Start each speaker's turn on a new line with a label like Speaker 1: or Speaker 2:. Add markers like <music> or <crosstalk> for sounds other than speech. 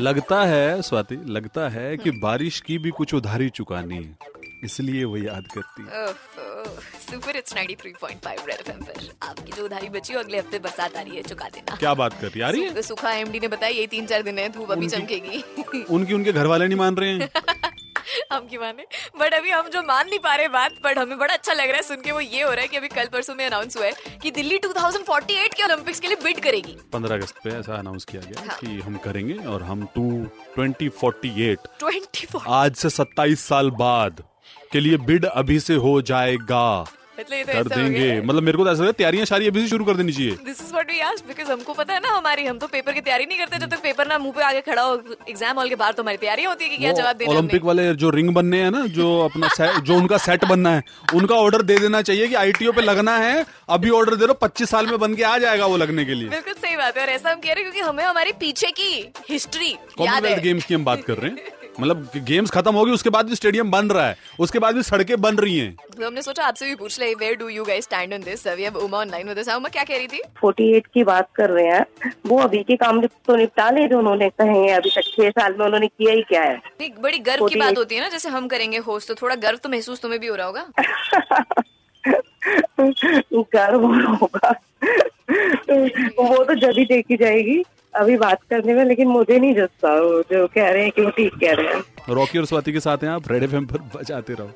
Speaker 1: लगता है स्वाति लगता है कि बारिश की भी कुछ उधारी चुकानी है इसलिए वो याद करती है
Speaker 2: सुपर इट्स 93.5 रेड एफएम पर आपकी जो उधारी बची हो अगले हफ्ते बरसात आ रही है चुका देना
Speaker 1: क्या बात कर रही है? आ रही है
Speaker 2: सु- सुखा एमडी ने बताया ये तीन चार दिन है धूप अभी चमकेगी <laughs>
Speaker 1: उनकी उनके घर वाले नहीं मान रहे हैं
Speaker 2: हम की माने बट अभी हम जो मान नहीं पा रहे बात बट हमें बड़ा अच्छा लग रहा है सुन के वो ये हो रहा है कि अभी कल परसों में अनाउंस हुआ है कि दिल्ली 2048 के ओलंपिक्स के लिए बिड करेगी
Speaker 1: 15 अगस्त पे ऐसा अनाउंस किया गया
Speaker 2: हाँ।
Speaker 1: कि हम करेंगे और हम टू 2048
Speaker 2: 24
Speaker 1: आज से 27 साल बाद के लिए बिड अभी से हो जाएगा
Speaker 2: मतलब ये तो
Speaker 1: कर
Speaker 2: ऐसा हो गया
Speaker 1: देंगे
Speaker 2: है।
Speaker 1: मतलब मेरे को तो ऐसा लग रहा है तैयारियां शारी अभी से शुरू कर देनी चाहिए
Speaker 2: this is what we ask because हमको पता है ना हमारी हम तो पेपर की तैयारी नहीं करते जब तक पेपर ना मुंह पे आगे खड़ा हो एग्जाम हॉल के बाहर तो हमारी तैयारी होती है कि क्या
Speaker 1: वो
Speaker 2: जवाब देना
Speaker 1: ओलंपिक
Speaker 2: हमने।
Speaker 1: वाले जो रिंग बनने हैं ना जो अपना से- जो उनका सेट बनना है उनका ऑर्डर दे देना चाहिए कि आईटीओ पे लगना है अभी ऑर्डर दे दो 25 साल में बन के आ जाएगा वो लगने के लिए
Speaker 2: बिल्कुल सही बात है और ऐसा हम कह रहे हैं क्योंकि हमें हमारी पीछे की हिस्ट्री याद है
Speaker 1: कॉमनवेल्थ गेम्स की हम बात कर रहे हैं मतलब गेम्स खत्म होगी उसके बाद भी स्टेडियम बन रहा है उसके बाद भी सड़कें बन रही हैं
Speaker 2: तो हमने सोचा आपसे भी पूछ ले where do you guys stand on this we have Uma online with us Uma क्या कह रही थी
Speaker 3: 48 की बात कर रहे हैं वो अभी के काम तो निपटा ले जो उन्होंने कहे हैं अभी तक छह साल में उन्होंने किया ही क्या है
Speaker 2: एक बड़ी गर्व की
Speaker 3: 48
Speaker 2: बात होती है ना जैसे हम करेंगे होस्ट तो थोड़ा गर्व तो महसूस तुम्हें भी हो रहा होगा
Speaker 3: गर्व होगा वो तो जल्दी देखी जाएगी अभी बात करने में लेकिन मुझे नहीं जस्ता वो जो कह रहे हैं कि वो ठीक कह रहे हैं
Speaker 1: रॉकी और स्वाति के साथ हैं आप रेड एफएम पर बजाते रहो